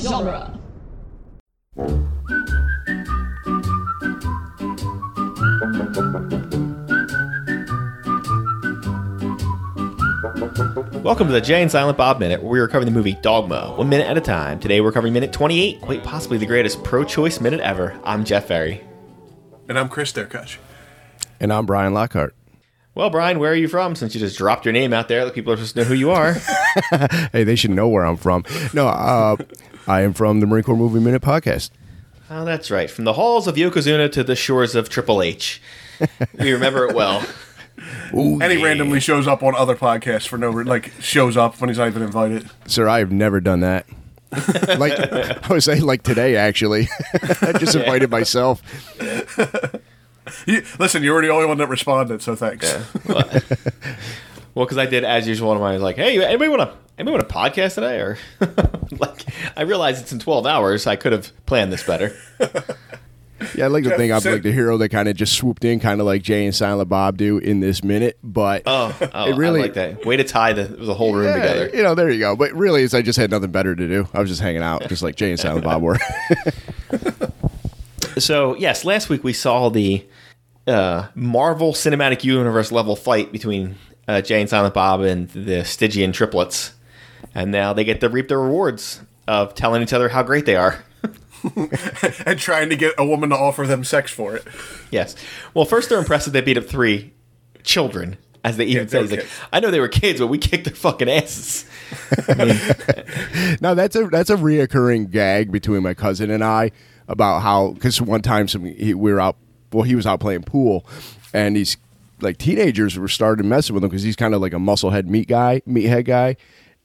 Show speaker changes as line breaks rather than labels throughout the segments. genre.
Welcome to the Jay and Silent Bob Minute, where we are covering the movie Dogma, one minute at a time. Today we're covering minute 28, quite possibly the greatest pro choice minute ever. I'm Jeff Ferry.
And I'm Chris Derkach.
And I'm Brian Lockhart.
Well, Brian, where are you from? Since you just dropped your name out there, let people just know who you are.
Hey, they should know where I'm from. No, uh, I am from the Marine Corps Movie Minute podcast.
oh, that's right. From the halls of Yokozuna to the shores of Triple H. We remember it well.
And he randomly shows up on other podcasts for no re- like shows up when he's not even invited.
Sir, I have never done that. like I was saying, like today actually, I just invited myself.
You, listen, you were the only one that responded, so thanks.
Well, because I did as usual one of my like, hey, anybody want to anybody want a podcast today? Or like, I realize it's in twelve hours. I could have planned this better.
Yeah, I like to
Jeff,
think I'm
so-
like the hero that kind of just swooped in, kind of like Jay and Silent Bob do in this minute. But
Oh, oh
It really-
I like that. Way to tie the, the whole room
Yeah,
together.
you know, there you go. But really, is I just had nothing better to do. I was just hanging out, just like Jay and Silent Bob were.
So yes, last week we saw the uh, Marvel Cinematic Universe level fight between uh, Jay and Silent Bob and the Stygian triplets, and now they get to reap the rewards of telling each other how great they are.
And trying to get a woman to offer them sex for it.
yes. Well, first they're impressed that they beat up three children, as they even
they
say.
were
He's like,
kids.
I know they were kids, but we kicked their fucking asses.
No, that's a that's a reoccurring gag between my cousin and I about how because one time some he, we were out well he was out playing pool and these like teenagers were started messing with him because he's kind of like a musclehead meat guy meathead guy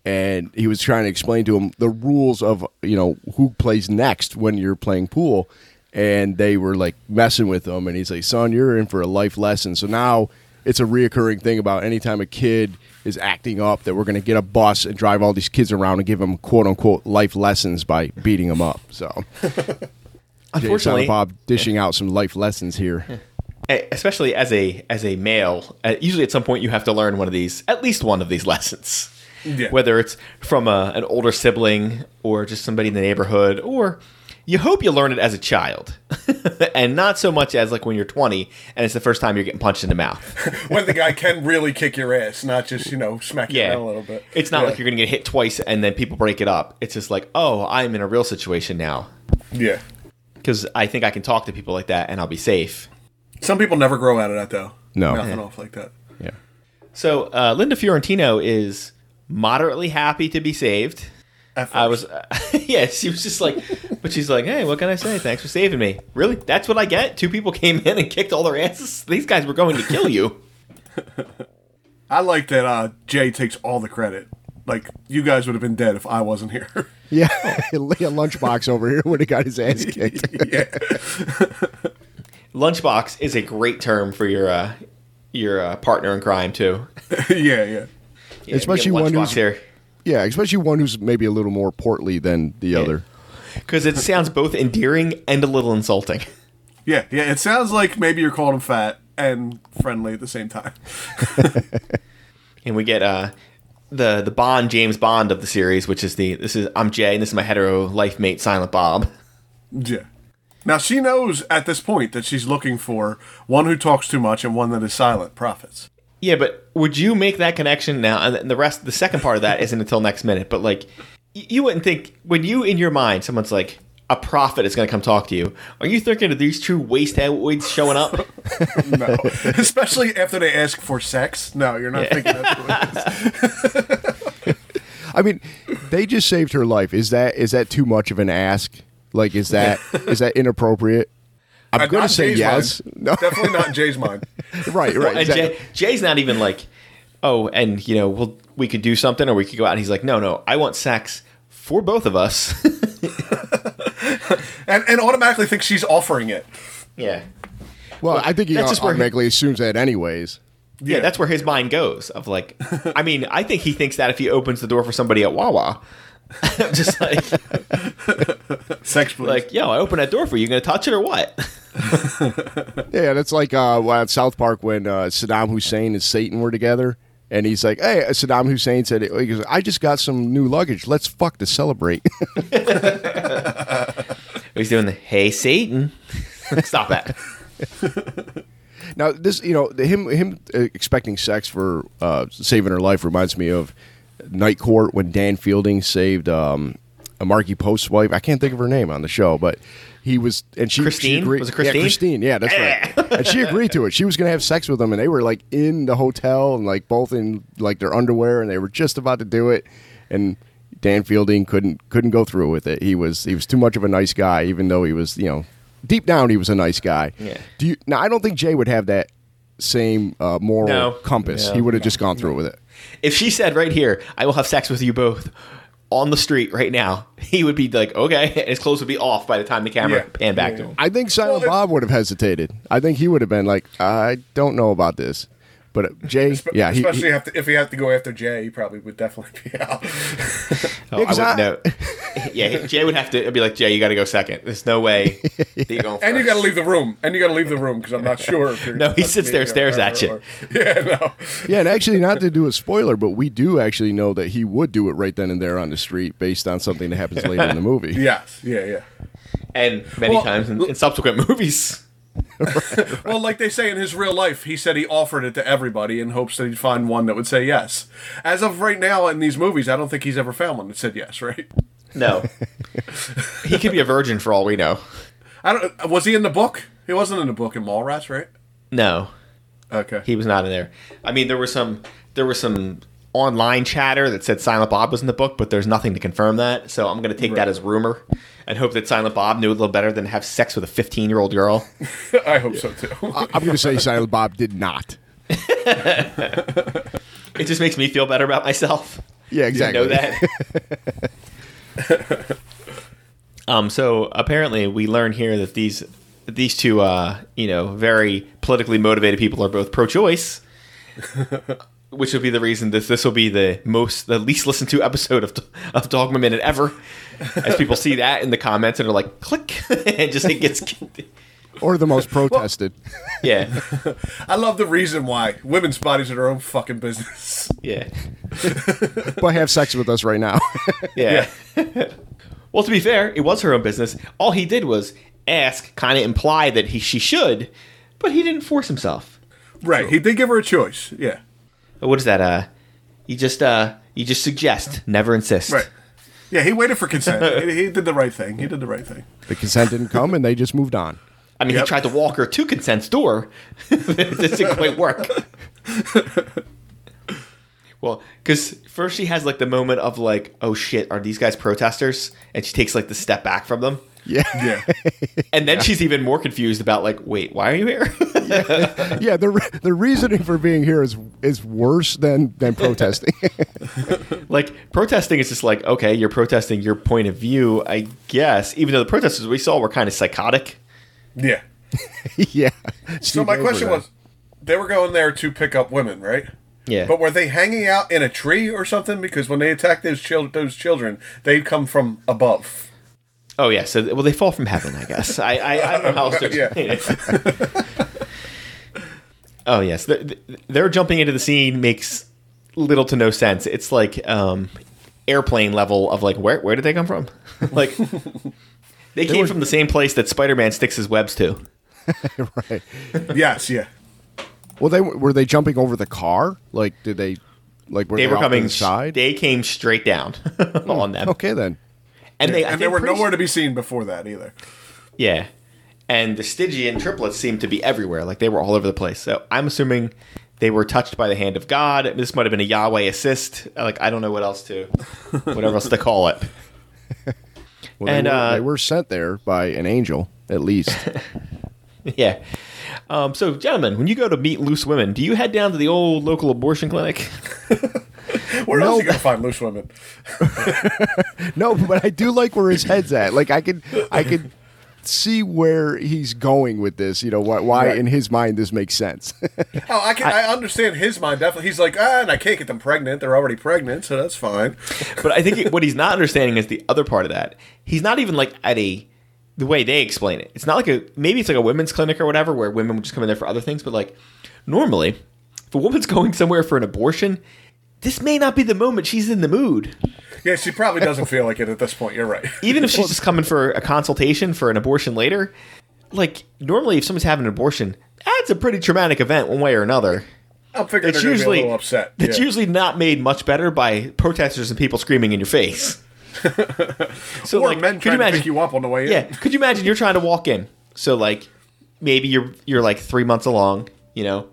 and he was trying to explain to him the rules of you know who plays next when you're playing pool and they were like messing with him and he's like son you're in for a life lesson so now it's a reoccurring thing about anytime a kid is acting up that we're going to get a bus and drive all these kids around and give them quote unquote life lessons by beating them up. So, Jay
Unfortunately-
Silent Bob dishing out some life lessons here.
A- Eh, Especially as a as a male, uh, usually at some point you have to learn one of these, at least one of these lessons.
Yeah.
whether it's from a, an older sibling or just somebody in the neighborhood, or you hope you learn it as a child and not so much as like when you're 20 and it's the first time you're getting punched in the mouth.
when the guy can really kick your ass, not just, you know, smack you down a little bit.
It's not
Yeah.
like you're going to get hit twice and then people break it up. It's just like, oh, I'm in a real situation now
Yeah.
because I think I can talk to people like that and I'll be safe.
Some people never grow out of that though.
No.
Nothing off like that.
Yeah.
So uh, Linda Fiorentino is moderately happy to be saved.
At
I
first.
was, uh, yeah, she was just like, but she's like, hey, what can I say? Thanks for saving me. Really? That's what I get? Two people came in and kicked all their asses? These guys were going to kill you.
I like that uh, Jay takes all the credit. Like you guys would have been dead if I wasn't here.
Yeah. He lay a lunchbox over here when he got his ass kicked.
yeah.
Lunchbox is a great term for your uh, your uh, partner in crime, too.
yeah, yeah.
Yeah,
Especially
we get
one
Lunchbox
who's-
here.
Yeah. Especially one who's maybe a little more portly than the other.
Because it sounds both endearing and a little insulting.
Yeah, yeah. It sounds like maybe you're calling him fat and friendly at the same time.
and we get uh the the Bond James Bond of the series, which is the this is I'm Jay and this is my hetero life mate Silent Bob.
Yeah. Now she knows at this point that she's looking for one who talks too much and one that is silent prophets.
Yeah, but would you make that connection now? And the rest, the second part of that isn't until next minute. But like, y- you wouldn't think when you in your mind someone's like a prophet is going to come talk to you. Are you thinking of these two wasteheads showing up?
No, especially after they ask for sex. No, you're not thinking that's what it is.
I mean, they just saved her life. Is that is that too much of an ask? Like, is that is that inappropriate? I'm going
Not
to
in
say
Jay's
yes.
mind.
No.
Definitely not in Jay's mind.
right. Right.
and
exactly.
Jay, Jay's not even like, oh, and you know, we'll we could do something or we could go out. And he's like, no, no, I want sex for both of us.
And and automatically thinks she's offering it.
yeah.
Well, I think he
that's just where he-
automatically assumes that, anyways.
yeah, that's where his mind goes. Of like, I mean, I think he thinks that if he opens the door for somebody at Wawa, just like.
sex. Please.
like, yo, I opened that door for you. You gonna touch it or what?
Yeah, that's like uh, well, at South Park when uh, Saddam Hussein and Satan were together, And he's like, "Hey, Saddam Hussein said it." He goes, "I just got some new luggage. Let's fuck to celebrate."
He's doing the hey Satan. Stop that.
Now, this you know the- him him uh, expecting sex for uh, saving her life reminds me of Night Court when Dan Fielding saved um, a Marky Post's wife. I can't think of her name on the show, but he was and she
Christine?
She agreed,
Was it Christine?
Yeah, Christine. Yeah, that's right. and she agreed to it. She was going to have sex with him, and they were like in the hotel and like both in like their underwear, and they were just about to do it, and. Dan Fielding couldn't couldn't go through with it. He was he was too much of a nice guy, even though he was you know deep down he was a nice guy.
Yeah.
Do you now? I don't think Jay would have that same uh, moral
No.
compass.
No.
He would have just gone through with it.
If she said right here, I will have sex with you both on the street right now, he would be like, okay. And his clothes would be off by the time the camera
Yeah.
panned back to him.
I think Silent
Well, it-
Bob would have hesitated. I think he would have been like, I don't know about this. But uh, Jay, yeah, he,
especially
he,
have to, if he had to go after Jay, he probably would definitely be out.
Oh,
Yeah, 'cause
I
I-
wouldn't know. yeah, Jay would have to it'd be like, Jay, you got to go second. There's no way that you're going
and you
first."
got to leave the room. And you got to leave the room because I'm not sure. If you're
No, he
that's
sits
me
there,
or-
stares at you.
or- yeah, no.
yeah, and actually, not to do a spoiler, but we do actually know that he would do it right then and there on the street based on something that happens later in the movie.
Yes, yeah, yeah.
And many
Well,
times in, in subsequent movies.
Well, like they say in his real life, he said he offered it to everybody in hopes that he'd find one that would say yes. As of right now in these movies, I don't think he's ever found one that said yes, right?
No. he could be a virgin for all we know.
I don't was he in the book? He wasn't in the book in Mallrats, right?
No.
Okay.
He was not in there. I mean, there was some there was some online chatter that said Silent Bob was in the book, but there's nothing to confirm that. So I'm going to take that as rumor and hope that Silent Bob knew a little better than have sex with a 15 year old girl.
I hope so too.
I, am going to say Silent Bob did not.
it just makes me feel better about myself. Didn't
Yeah, exactly.
know that. um. So apparently, we learn here that these these two, uh, you know, very politically motivated people are both pro-choice. Which will be the reason that this will be the most, the least listened to episode of of Dogma Minute ever, as people see that in the comments and are like, click, and just it gets,
Or the most protested.
yeah,
I love the reason why women's bodies are their own fucking business.
yeah.
but have sex with us right now.
Yeah. well, to be fair, it was her own business. All he did was ask, kind of imply that he she should, but he didn't force himself.
Right. He did give her a choice. Yeah.
What is that? Uh, you just uh, you just suggest, never insist.
Right. Yeah, he waited for consent. he, he did the right thing. He did the right thing.
the consent didn't come, and they just moved on.
I mean,
Yep.
he tried to walk her to consent's door. this didn't quite work. well, because first she has like the moment of like, oh shit, are these guys protesters? And she takes like the step back from them.
Yeah.
Yeah.
And then she's even more confused about like, wait, why are you here?
yeah, the re- the reasoning for being here is is worse than than protesting.
Like protesting is just like okay, you're protesting your point of view, I guess. Even though the protesters we saw were kind of psychotic.
yeah.
yeah.
So my question was they were going there to pick up women, right?
Yeah.
But were they hanging out in a tree or something? Because when they attack those chil- those children, they come from above.
Oh yeah, so well they fall from heaven, I guess. I I, I don't know how else to
Yeah.
explain it. oh yes, Th- th- their jumping into the scene makes little to no sense. It's like um, airplane level of like where where did they come from? like they came from the same place that Spider Man sticks his webs to.
right.
yes, yeah.
Well, they were they jumping over the car? Like, did they? Like, were
They
they,
were
off
coming.
to the side?
They came straight down on them.
okay, then.
and they I
And
think
they were
pretty-
nowhere to be seen before that either.
Yeah, and the Stygian triplets seemed to be everywhere. Like they were all over the place. So I'm assuming they were touched by the hand of God. This might have been a Yahweh assist. Uh, Like I don't know what else to, whatever else to call it.
Well,
And,
they, were,
uh,
they were sent there by an angel, at least.
Yeah. Um, so, gentlemen, when you go to meet loose women, do you head down to the old local abortion clinic?
Where else you gonna find loose women?
no, but I do like where his head's at. Like, I could, I could see where he's going with this. You know, why, why
Right.
in his mind this makes sense.
Oh, I can. I, understand his mind. Definitely, he's like, ah, and I can't get them pregnant. They're already pregnant, so that's fine.
But I think what he's not understanding is the other part of that. He's not even like at a the way they explain it. It's not like a maybe it's like a women's clinic or whatever where women would just come in there for other things, but like normally if a woman's going somewhere for an abortion, this may not be the moment she's in the mood.
Yeah, she probably doesn't feel like it at this point. You're right.
Even if she's just coming for a consultation for an abortion later, like normally if someone's having an abortion, that's a pretty traumatic event one way or another.
I'm figuring
It's
they're gonna be
usually
a little upset.
It's
Yeah.
usually not made much better by protesters and people screaming in your face. so
or
like,
men
could
trying
you imagine?
to pick you up on the way in.
yeah, could you imagine you're trying to walk in? So like maybe you're you're like 3 months along, you know,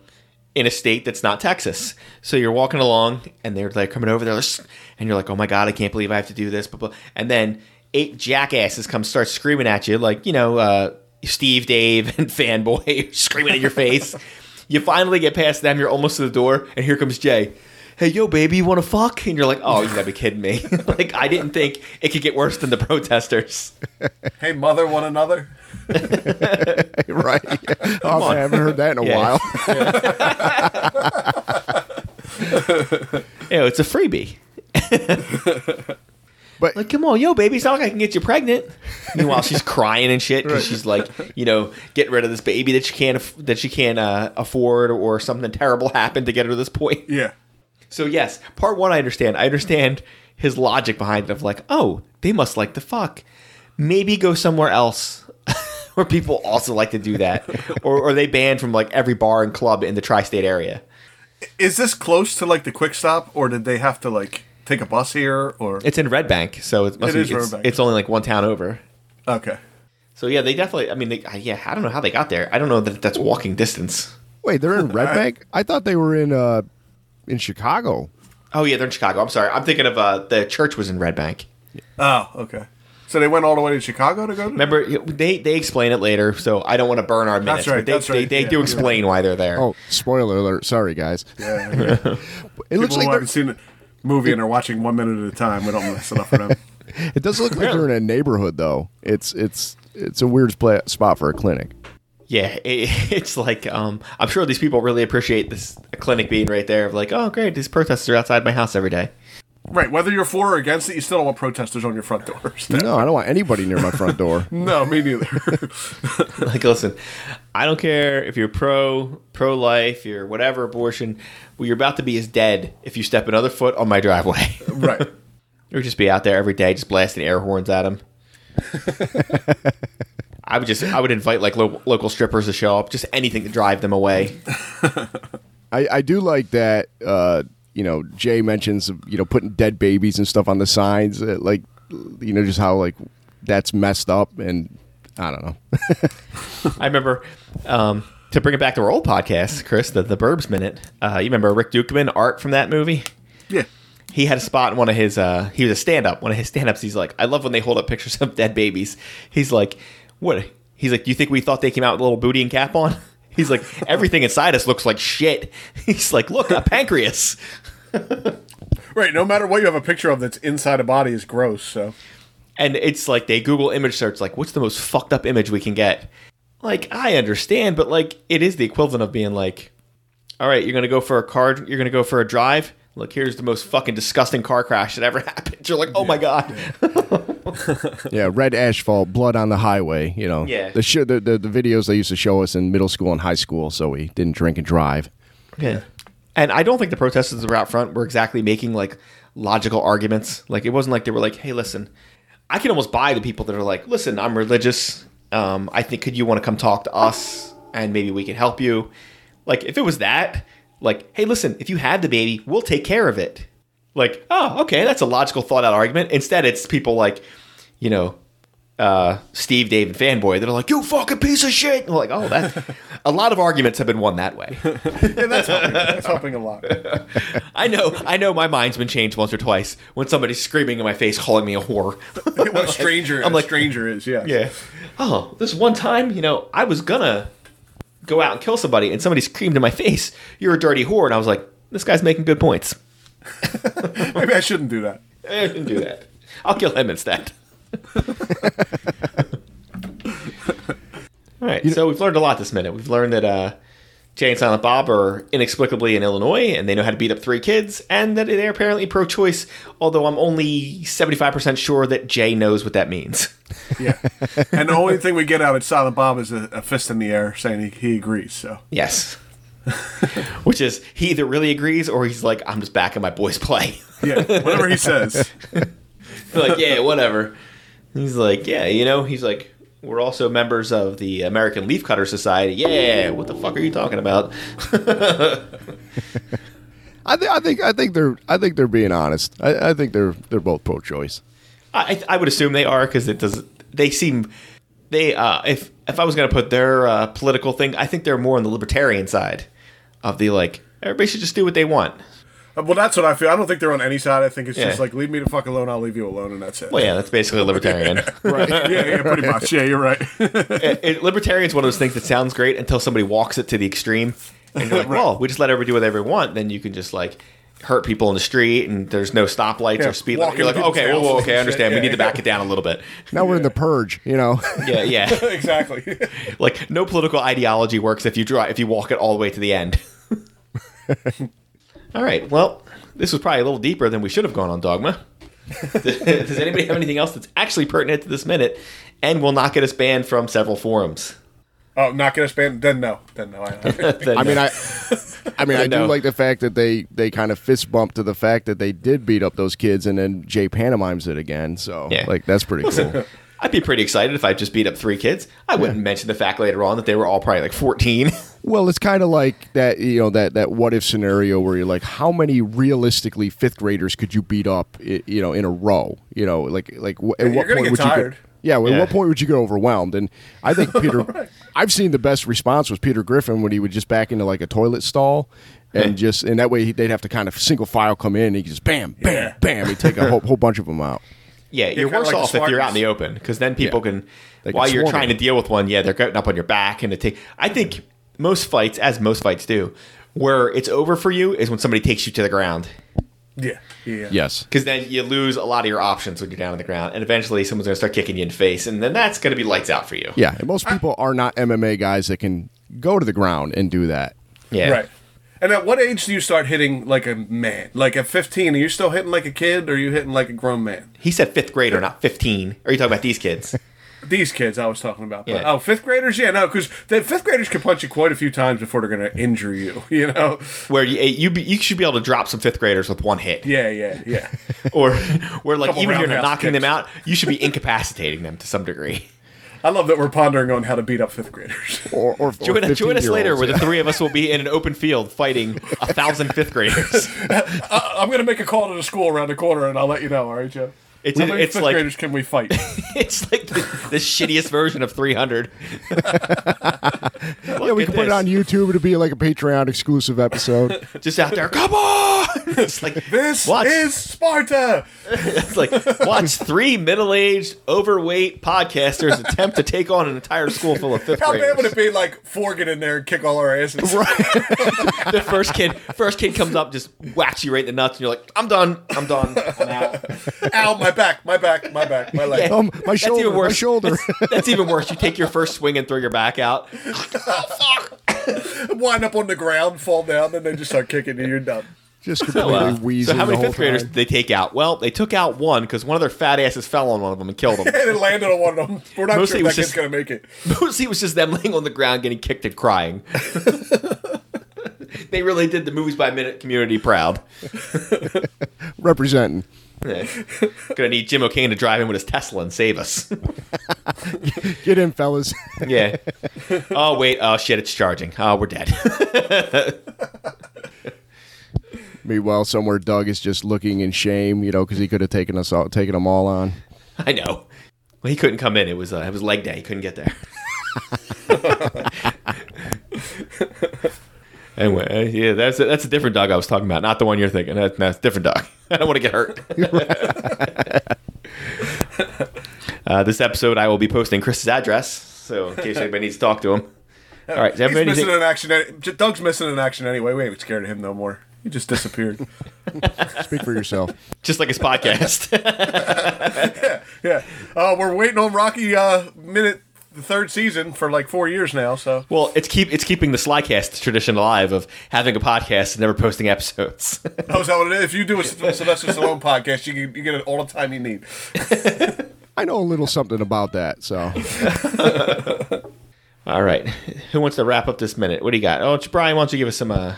in a state that's not Texas. So you're walking along and they're like coming over there and you're like, "Oh my god, I can't believe I have to do this." Blah, blah. And then eight jackasses come start screaming at you like, you know, uh, Steve, Dave and fanboy screaming in your face. You finally get past them, you're almost to the door, and here comes Jay. Hey, yo, baby, you want to fuck? And you're like, oh, you gotta be kidding me. like, I didn't think it could get worse than the protesters.
Hey, mother, one another.
right? Oh, man, I haven't heard that in a
Yeah.
while.
you know, it's a freebie.
But-
like, come on, yo, baby, it's not like I can get you pregnant. Meanwhile, she's crying and shit because she's like, you know, getting rid of this baby that she can't aff- that she can't uh, afford, or something terrible happened to get her to this point.
Yeah.
So yes, part one, I understand. I understand his logic behind it of like, oh, they must like to fuck. Maybe go somewhere else where people also like to do that, or or they banned from like every bar and club in the tri-state area.
Is this close to like the quick stop, or did they have to like take a bus here? Or
It's in Red Bank, so it must
It
be.
is Red
it's,
Bank.
it's only like one town over.
okay.
So yeah, they definitely. I mean, they, I- yeah, I don't know how they got there. I don't know that that's walking distance.
Wait, they're in Red Bank? I thought they were in uh in Chicago.
Oh yeah, they're in Chicago. I'm sorry, I'm thinking of uh, the church was in Red Bank.
Oh, okay. So they went all the way to Chicago to go. To-
Remember, they they explain it later, so I don't want to burn our minutes.
right,
but they,
that's right,
they, they
yeah,
do
you're
explain why they're there.
Oh, spoiler alert! Sorry, guys.
yeah, yeah.
It looks
People who
like
haven't
they're,
seen a movie and are watching one minute at a time. We don't mess enough for them.
it does look like they're in a neighborhood, though. It's it's it's a weird pla spot for a clinic.
Yeah, it, it's like um, I'm sure these people really appreciate this clinic being right there. Of like, oh great, these protesters are outside my house every day.
Right. Whether you're for or against it, you still don't want protesters on your front doors.
No, I don't want anybody near my front door.
No, me neither.
like listen i don't care if you're pro pro life you're whatever abortion well you're about to be as dead if you step another foot on my driveway
right.
or just be out there every day just blasting air horns at him i would just i would invite like lo- local strippers to show up just anything to drive them away
I, I do like that. Uh, you know, Jay mentions you know putting dead babies and stuff on the signs, uh, like you know just how like that's messed up, and I don't know.
i remember um to bring it back to our old podcast chris the, the burbs minute uh you remember rick dukeman art from that movie
Yeah.
he had a spot in one of his uh he was a stand up one of his stand ups he's like i love when they hold up pictures of dead babies he's like what he's like do you think we thought they came out with a little booty and cap on he's like everything inside us looks like shit he's like look a pancreas
Right. No matter what you have a picture of that's inside a body is gross. So
and it's like they google image search like what's the most fucked up image we can get like i understand but like it is the equivalent of being like all right you're gonna go for a car you're gonna go for a drive look here's the most fucking disgusting car crash that ever happened you're like oh my god
yeah, red asphalt, blood on the highway. You know,
Yeah.
The, sh- the the the videos they used to show us in middle school and high school, so we didn't drink and drive.
Yeah. And I don't think the protesters that were out front were exactly making like logical arguments. Like it wasn't like they were like, "Hey, listen, I can almost buy the people that are like, listen, I'm religious. Um, I think could you want to come talk to us and maybe we can help you." Like if it was that, like, "Hey, listen, if you have the baby, we'll take care of it." Like, "Oh, okay, that's a logical thought out argument." Instead, it's people like, you know, uh, Steve, Dave, and fanboy that are like, "You fucking piece of shit!" And we're like, "Oh, that." a lot of arguments have been won that way.
yeah, that's helping. That's helping a lot.
I know, I know. My mind's been changed once or twice when somebody's screaming in my face, calling me a whore.
What a stranger?
I'm
a
like-
stranger is yeah.
Oh, this one time, you know, I was gonna go out and kill somebody, and somebody screamed in my face, "You're a dirty whore," and I was like, "This guy's making good points."
Maybe I shouldn't do that.
I didn't do that. I'll kill him instead. All right. so we've learned a lot this minute. We've learned that uh, Jay and Silent Bob are inexplicably in Illinois, and they know how to beat up three kids, and that they're apparently pro-choice. Although I'm only 75 percent sure that Jay knows what that means.
Yeah. and the only thing we get out of Silent Bob is a, a fist in the air saying he, he agrees. So
Yes. which is he either really agrees or he's like, I'm just backing my boys play.
Yeah, whatever he says.
They're like, yeah, whatever. He's like, yeah, you know, he's like, we're also members of the American Leafcutter Society. Yeah, what the fuck are you talking about?
I, th- I think I think they're I think they're being honest. I, I think they're they're both pro-choice.
I, I would assume they are because it does. They seem they uh, if if I was gonna put their uh, political thing, I think they're more on the libertarian side of the like everybody should just do what they want.
Uh, Well, that's what I feel. I don't think they're on any side. I think it's just
Yeah.
like leave me the fuck alone. I'll leave you alone, and that's it.
Well, yeah, that's basically libertarian.
Right. yeah, yeah, pretty much. Yeah, you're right.
it, it, libertarian's one of those things that sounds great until somebody walks it to the extreme, and you're like, well, we just let everybody do whatever they want. Then you can just like hurt people in the street, and there's no stoplights
Yeah,
or speed
walk
limit. You're like,
into people's
okay, whoa, whoa,
houses
okay,
and
I understand.
shit.
we need
Yeah,
to back it down a little bit.
Now we're in the purge, you know.
Yeah, yeah.
exactly.
like no political ideology works if you draw if you walk it all the way to the end. all right. Well, this was probably a little deeper than we should have gone on dogma. Does anybody have anything else that's actually pertinent to this minute and will not get us banned from several forums?
Oh, not gonna spend. Then no. Then no. I,
Then,
I mean,
uh,
I, I mean, I, do
know.
like the fact that they they kind of fist bumped to the fact that they did beat up those kids, and then Jay pantomimes it again. So
Yeah.
like that's pretty cool.
I'd be pretty excited if I just beat up three kids. I wouldn't mention the fact later on that they were all probably like 14.
well, it's kind of like that you know that that what if scenario where you're like, how many realistically fifth graders could you beat up i- you know in a row? You know, like like wh- at
you're
what
gonna
point
get
would you?
tired.
Get, yeah, at
Yeah.
what point would you get overwhelmed? And I think Peter, I've seen the best response was Peter Griffin when he would just back into like a toilet stall, and just and that way he, they'd have to kind of single file come in, and he could just bam, bam,
Yeah.
bam, he'd take a whole, whole bunch of them out.
yeah, you're
kinda
worse
like the
off if you're out in
Spartans.
the open because then people
Yeah.
can,
They can
while you're
swarm
trying
you.
to deal with one, yeah, they're getting up on your back and it take. I think most fights, as most fights do, where it's over for you is when somebody takes you to the ground
yeah. Yeah.
Yes,
because then you lose a lot of your options when you're down on the ground, and eventually someone's going to start kicking you in the face, and then that's going to be lights out for you.
yeah. And most people are not MMA guys that can go to the ground and do that.
yeah.
Right. And at what age do you start hitting like a man? Like at 15, are you still hitting like a kid or are you hitting like a grown man?
He said fifth grader, not 15. Are you talking about these kids?
These kids I was talking about. But,
Yeah.
Oh, fifth graders? Yeah, no, because the fifth graders can punch you quite a few times before they're going to injure you, you know?
Where you you, be, you should be able to drop some fifth graders with one hit.
Yeah, yeah, yeah.
or where like
Couple
even if you're not
roundhouse
knocking them
kicks.
out, you should be incapacitating them to some degree.
I love that we're pondering on how to beat up fifth graders.
Or, or
Join,
or
join us later,
15-year-olds.
where the three of us will be in an open field fighting a thousand fifth graders.
I- I'm going to make a call to the school around the corner and I'll let you know, all right, Joe?
It's-
how many
it's
fifth
like-
graders can we fight?
It's like the, the shittiest version of 300.
yeah, we can put it on YouTube. It'll be like a Patreon exclusive episode.
Just out there, come on! It's like
This
watch,
is Sparta!
It's like watch three middle-aged, overweight podcasters attempt to take on an entire school full of fifth
How bad would
graders.
it be like four get in there and kick all our asses?
The first kid, first kid comes up, just whacks you right in the nuts, and you're like, "I'm done, I'm done, I'm out."
Ow, my back, my back, my back, my leg.
Um, my shoulder,
even
my
worse.
shoulder.
That's even worse. You take your first swing and throw your back out.
wind up on the ground, fall down, then they just start kicking you. You're done.
Just completely
Uh,
wheezing.
so how
the
many
whole
fifth graders
time.
did they take out? Well, they took out one because one of their fat asses fell on one of them and killed him.
And it landed on one of them. We're not
Mostly it
sure
was
that kid's
just-
gonna make it.
Mostly it was just them laying on the ground getting kicked and crying. they really did the movies by minute community proud.
representing?
Yeah. Gonna need Jim O'Kane to drive in with his Tesla and save us.
Get in, fellas.
yeah. Oh wait. Oh shit. It's charging. Oh, we're dead.
Meanwhile, somewhere Doug is just looking in shame, you know, because he could have taken us all, taken them all on.
I know. Well, he couldn't come in. It was uh, it was leg day. He couldn't get there. anyway, uh, yeah, that's a, that's a different dog I was talking about, not the one you're thinking. That's that's a different dog. I don't want to get hurt. uh, this episode, I will be posting Chris's address, so in case anybody needs to talk to him. All right, does
He's
everybody
missing
think-
an action. Doug's missing an action anyway. We ain't scared of him no more. He just disappeared.
Speak for yourself.
just like his podcast.
yeah. Uh, we're waiting on Rocky uh, minute the third season for like four years now. So
well, it's keep it's keeping the Slycast tradition alive of having a podcast and never posting episodes.
that was how it is. If you do a Sylvester Stallone podcast, you, you get it all the time you need.
I know a little something about that, so
All right. Who wants to wrap up this minute? What do you got? Oh, it's Brian, why don't you give us some, uh,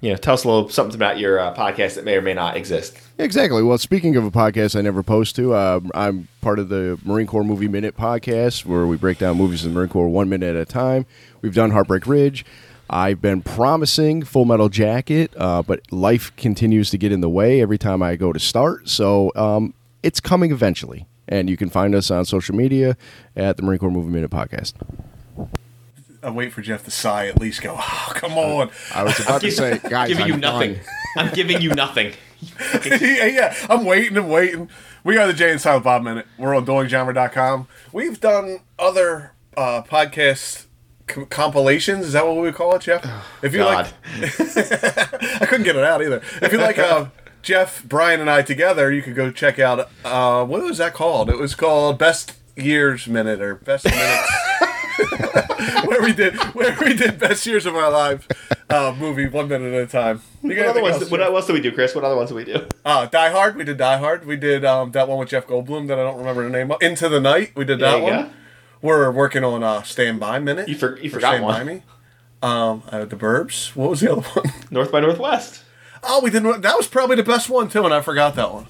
you know, tell us a little something about your uh, podcast that may or may not exist.
Exactly. Well, speaking of a podcast I never post to, uh, I'm part of the Marine Corps Movie Minute podcast, where we break down movies in the Marine Corps one minute at a time. We've done Heartbreak Ridge. I've been promising Full Metal Jacket, uh, but life continues to get in the way every time I go to start. So um, it's coming eventually. And you can find us on social media at the Marine Corps Movie Minute podcast.
I wait for Jeff to sigh at least. Go, oh,
Uh,
come on.
I was about to say, guys,
giving
I'm
you nothing.
done.
I'm giving you nothing.
yeah, yeah, I'm waiting and waiting. We are the Jay and Silent Bob Minute. We're on duelinggenre.com. We've done other uh, podcast com- compilations. Is that what we would call it, Jeff? If you
God.
like, I couldn't get it out either. If you like uh, Jeff, Brian, and I together, you could go check out uh, what was that called? It was called Best Years Minute or Best Minutes. where we did where we did best years of our lives uh, movie one minute at a time. You got
What other
anything
ones?
else,
What
Jeff?
else do we do, Chris? What other ones do we do?
Uh, Die Hard. We did Die Hard. We did um, that one with Jeff Goldblum that I don't remember the name of. Into the Night. We did
There
that
you
one.
go.
We're working on uh, Stand By Minute.
You for- you
Or
forgot
Stand
one.
By Me. Um, uh, the Burbs. What was the other one?
North by Northwest.
Oh, we didn't. That was probably the best one too, and I forgot that one.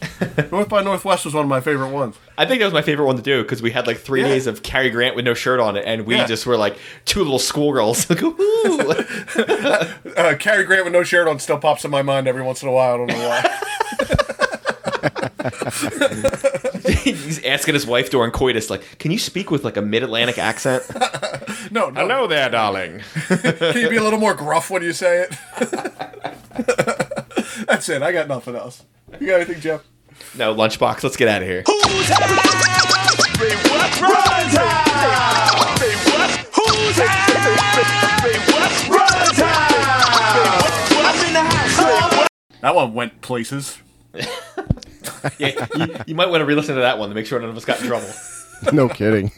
North by Northwest was one of my favorite ones.
I think that was my favorite one to do because we had like three
Yeah.
days of Cary Grant with no shirt on it, and we
Yeah.
just were like two little schoolgirls. like, "Ooh."
Uh, Cary Grant with no shirt on still pops in my mind every once in a while. I don't know why.
He's asking his wife during coitus, like, "Can you speak with like a mid-Atlantic accent?"
no, no.
there, darling.
Can you be a little more gruff when you say it? That's it. I got nothing else. You got anything, Jeff?
No, lunchbox. Let's get out of here.
That one went places.
Yeah, you, you might want to re-listen to that one to make sure none of us got in trouble.
No kidding.